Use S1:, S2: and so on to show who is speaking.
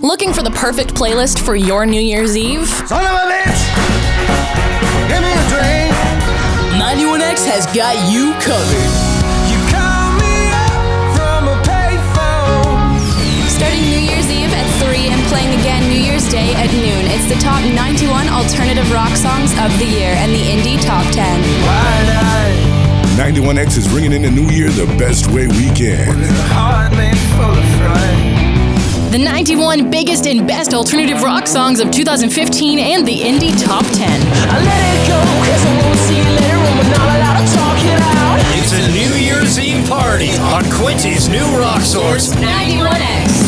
S1: Looking for the perfect playlist for your New Year's Eve?
S2: Son of a bitch! Give me a drink.
S3: 91X has got you covered.
S2: You call me up from a payphone.
S1: Starting New Year's Eve at 3 and playing again New Year's Day at noon. It's the top 91 alternative rock songs of the year and the Indie Top 10.
S2: Wide eyed,
S4: 91X is ringing in the new year the best way we can.
S2: with a heart made full of fright.
S1: The 91 biggest and best alternative rock songs of 2015 and the Indie Top 10.
S3: I let it go, cause I won't see you later when we're not allowed to talk it out.
S5: It's a New Year's Eve party on Quincy's new rock source.
S1: 91X.